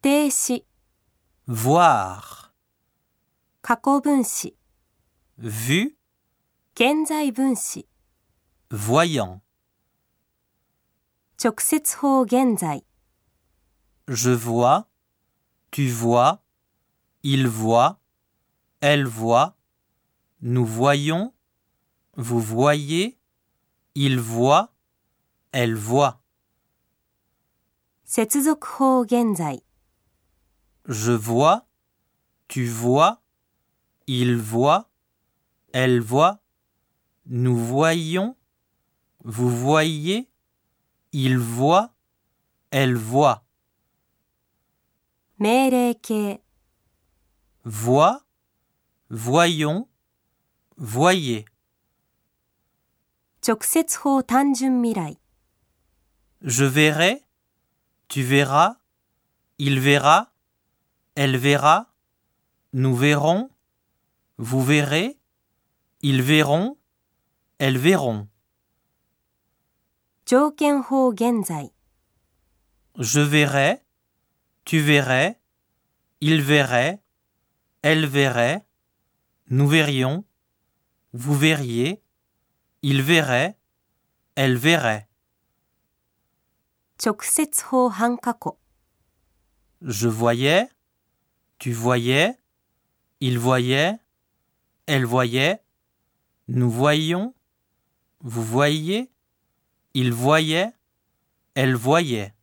定詞、 voir, 過去分詞、 vu, 現在分詞、 voyant. 直接法現在、 Je vois, tu vois, il voit, elle voit, nous voyons, vous voyez, il voit, elle voit. 接続法現在、 Je vois, tu vois, il voit, elle voit, nous voyons, vous voyez, il voit, elle voit. 命令形、 Vois, voyons, voyez. 直接法単純未来、 Je verrai, tu verras, il verra, elle verra, nous verrons, vous verrez, ils verront, elles verront. 条件法現在、 Je verrai, tu verrais, il verrait, elle verrait, nous verrions, vous verriez, il verrait, elle verrait. 直接法半過去、 Je voyais, tu voyais, il voyait, elle voyait, nous voyions, vous voyiez, il voyait, elle voyait.